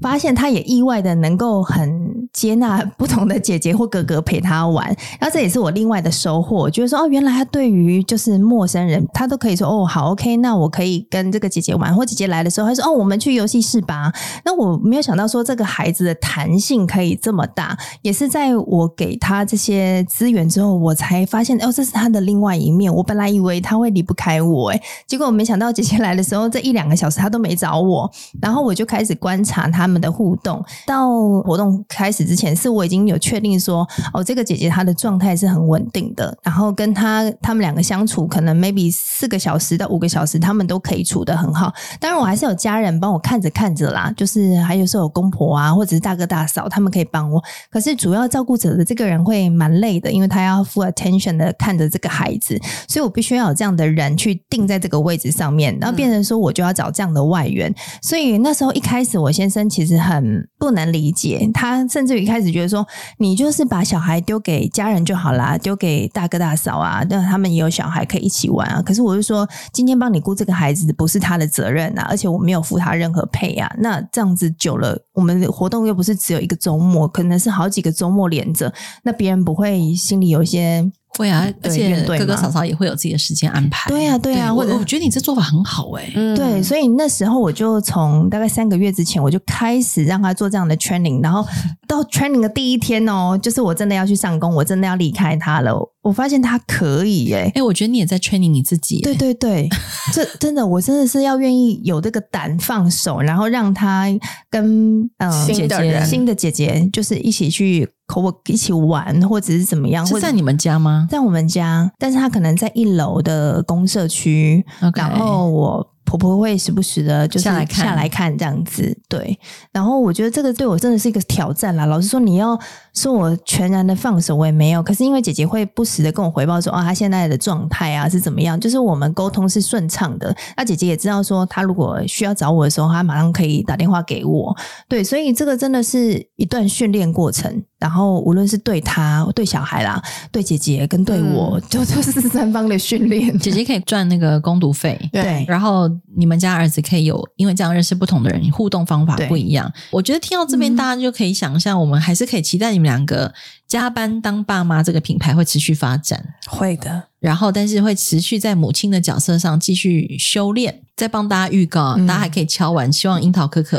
发现他也意外的能够很接纳不同的姐姐或哥哥陪他玩，然后这也是我另外的收获，就是说哦，原来他对于就是陌生人，他都可以说哦，好，OK，那我可以跟这个姐姐玩，或姐姐来的时候，他说哦，我们去游戏室吧。那我没有想到说这个孩子的弹性可以这么大，也是在我给他这些资源之后，我才发现哦，这是他的另外一面。我本来以为他会离不开我，诶，结果我没想到姐姐来的时候，这一两个小时他都没找我，然后我就开始观察他们的互动。到活动开始之前，是我已经有确定说，哦，这个姐姐她的状态是很稳定的，然后跟她他们两个相处，可能 maybe 四个小时到五个小时，他们都可以处得很好。当然，我还是有家人帮我看着看着啦，就是还有时候有公婆啊，或者是大哥大嫂，他们可以帮我。可是主要照顾者的这个人会蛮累的，因为他要 full attention 的看着这个孩子，所以我必须要有这样的人去定在这个位置上面，然后变成说我就要找这样的外援。所以那时候一开始，我先生其实很不能理解，他甚至于一开始觉得说，你就是把小孩丢给家人就好啦，丢给大哥大嫂啊，那他们也有小孩可以一起玩啊。可是我就说，今天帮你顾这个孩子不是他的责任啊，而且我没有付他任何配啊。那这样子久了，我们的活动又不是只有一个周末，可能是好几个周末连着，那别人不会心里有一些
会啊，而
对
且
面对
哥哥
嘛
嫂嫂也会有自己的时间安排。
对啊对啊
我
或者
我觉得你这做法很好哎、
嗯
对，所以那时候我就从大概三个月之前，我就开始让他做这样的 training，然后
[LAUGHS]
到 training 的第一天哦，就是我真的要去上工，我真的要离开他了，我发现他可以耶、
哎、我觉得你也在 training 你自己、欸。
对对
[LAUGHS]
对，这真的，我真的是要愿意有这个胆放手，然后让他跟呃姐
新的
姐
人
新的姐姐就是一起去 co work 一起玩，或者是怎么样，或
哎是
者
在你们家吗？
在我们家，但是他可能在一楼的公社区
OK
然后我婆婆会时不时的就是
下来看
下来看这样子，对。然后我觉得这个对我真的是一个挑战啦。老实说，你要说我全然的放手，我也没有。可是因为姐姐会不时的跟我回报说，哦，她现在的状态啊是怎么样，就是我们沟通是顺畅的。那姐姐也知道说，她如果需要找我的时候，她马上可以打电话给我。对，所以这个真的是一段训练过程。然后无论是对她、对小孩啦、对姐姐跟对我，就 [LAUGHS] 就是三方的训练。
姐姐可以赚那个攻读费，
对，
然后你们家儿子可以有，因为这样认识不同的人，互动方法
对
不一样。我觉得听到这边，
嗯
大家就可以想象，我们还是可以期待你们两个加班当爸妈这个品牌会持续发展，
会的，？
然后但是会持续在母亲的角色上继续修炼。再帮大家预告啊，
嗯
大家还可以敲完，希望樱桃可可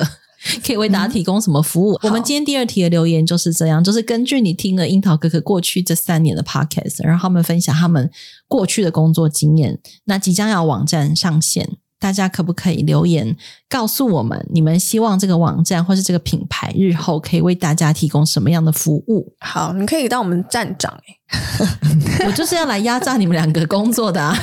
可以为大家提供什么服务。我们今天第二题的留言就是这样，就是根据你听了樱桃可可过去这三年的 podcast，然后他们分享他们过去的工作经验。那即将要网站上线，大家可不可以留言告诉我们，你们希望这个网站或是这个品牌日后可以为大家提供什么样的服务 [LAUGHS]
好，你可以当我们站长、欸，
我就是要来压榨你们两个工作的、啊，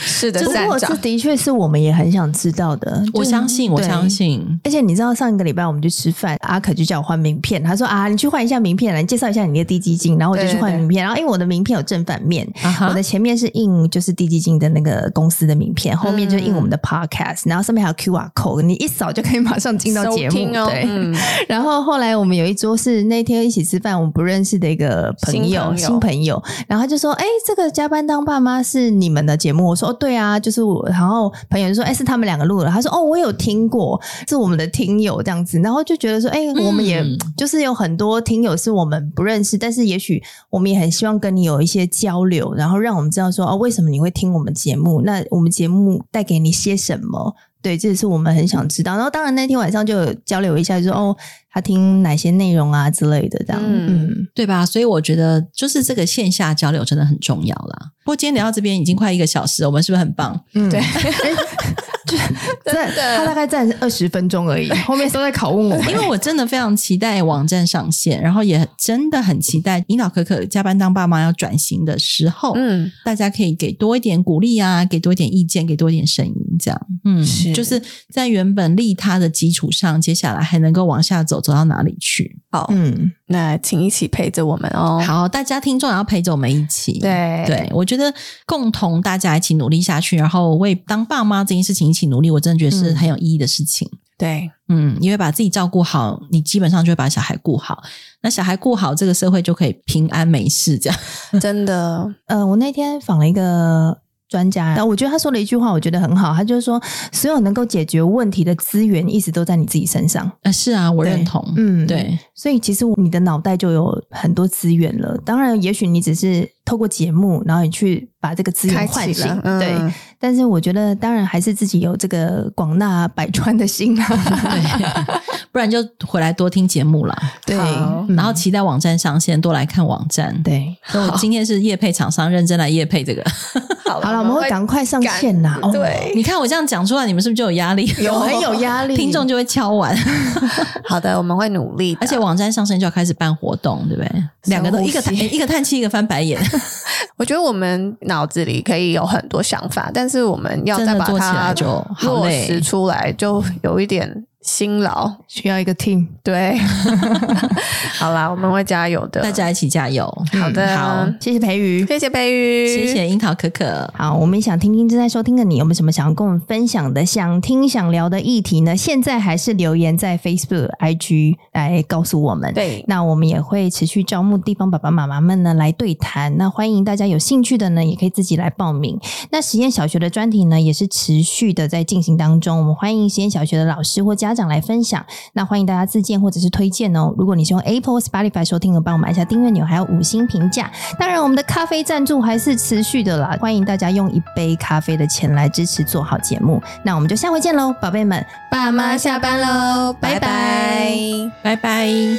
是的，
不
站
过
长
这。的确是我们也很想知道的。就
我
是
相信，我
对
相信。
而且你知道上一个礼拜我们去吃饭，阿可就叫我换名片，他说啊，你去换一下名片来介绍一下你的低基金，然后我就去换名片，然后因为我的名片有正反面，
啊哈
我的前面是印就是低基金的那个公司的名片，后面就印我们的 podcast，、然后上面还有 QR code，你一扫就可以马上进到
收
节目，
听哦，
对。
嗯，
然后后来我们有一桌是那天一起吃饭，我们不认识的一个朋
新
友
朋友
新朋友，然后他就说：“哎、这个加班当爸妈是你们的节目？”我说：“哦，对啊，就是我。”然后朋友就说：“哎、是他们两个录的。”他说：“哦，我有听过，是我们的听友这样子。”然后就觉得说：“哎、我们也、
嗯
就是有很多听友是我们不认识，但是也许我们也很希望跟你有一些交流，然后让我们知道说哦，为什么你会听我们节目？那我们节目带给你些什么？”对，这也是我们很想知道。然后，当然那天晚上就有交流一下，就说哦，他听哪些内容啊之类的，这样。
嗯
嗯，
对吧？所以我觉得就是这个线下交流真的很重要啦。不过今天聊到这边已经快一个小时了，我们是不是很棒？
嗯 [LAUGHS]
对，
占他大概占二十分钟而已，后面都在拷问我们
[LAUGHS] 因。为我真的非常期待网站上线，然后也真的很期待引导可可加班当爸妈要转型的时候，
嗯，
大家可以给多一点鼓励啊，给多一点意见，给多一点声音，这样，嗯，
是
就是在原本利他的基础上，接下来还能够往下走，走到哪里去？
好，
嗯，
那请一起陪着我们哦。，
好，大家听众也要陪着我们一起，
对
对，哎我觉得共同大家一起努力下去，然后为当爸妈这件事情一起努力，我真的觉得是很有意义的事情。
对，
嗯，因为把自己照顾好，你基本上就会把小孩顾好。那小孩顾好，这个社会就可以平安没事。这样，
真的，
呃，我那天访了一个专家，然后我觉得他说了一句话，我觉得很好，他就是说，所有能够解决问题的资源一直都在你自己身上。
呃，是啊，我
对
认同。
嗯
[LAUGHS] 对，
所以其实你的脑袋就有很多资源了。当然，也许你只是透过节目，然后你去把这个资源
开
唤
启
醒
了，，嗯
对。但是我觉得，当然还是自己有这个广纳百川的心
[LAUGHS]
啊。
对，不然就回来多听节目啦，
对，
好
嗯
然后期待网站上线，多来看网站。，
对，
所以我今天是业配厂商认真来业配 [LAUGHS] 这个。
好
好了，我们会赶快上线呐。哦，
对，
你看我这样讲出来，你们是不是就有压力？ [LAUGHS]
有很有压力，
听众就会敲完，
好的，我们会努力的，
而且网站上线就要开始办活动，对不对？两个都一个叹一个叹气，一个翻白眼，
我觉得我们脑子里可以有很多想法，但是我们 [LAUGHS] 要
[LAUGHS] 真
再
的
把
做起
它
来就好
落
累
实。出来，就有一点辛劳。
需要一个 team。
对，好啦，我们会加油的，
大家一起加油！
好嗯的，
好，
谢谢培瑜，
谢谢培宇，
谢谢樱桃可可，
好，我们想听听正在收听的你有没有什么想要跟我们分享的、想听想聊的议题呢？现在还是留言在 Facebook、IG 来告诉我们。
对，
那我们也会持续招募地方爸爸妈妈们呢来对谈。那欢迎大家有兴趣的呢，也可以自己来报名。那实验小学的专题呢，也是持续的在进行当中。我们欢迎实验小学的老师或家长来分享。那欢迎大家自荐或者是推荐哦。如果你是用 Apple、Spotify 收听的，帮我们按下订阅钮，还有五星评价。当然，我们的咖啡赞助还是持续的啦，欢迎大家用一杯咖啡的钱来支持做好节目。那我们就下回见喽，宝贝们，
爸妈下班喽，拜
拜
拜
拜
拜拜。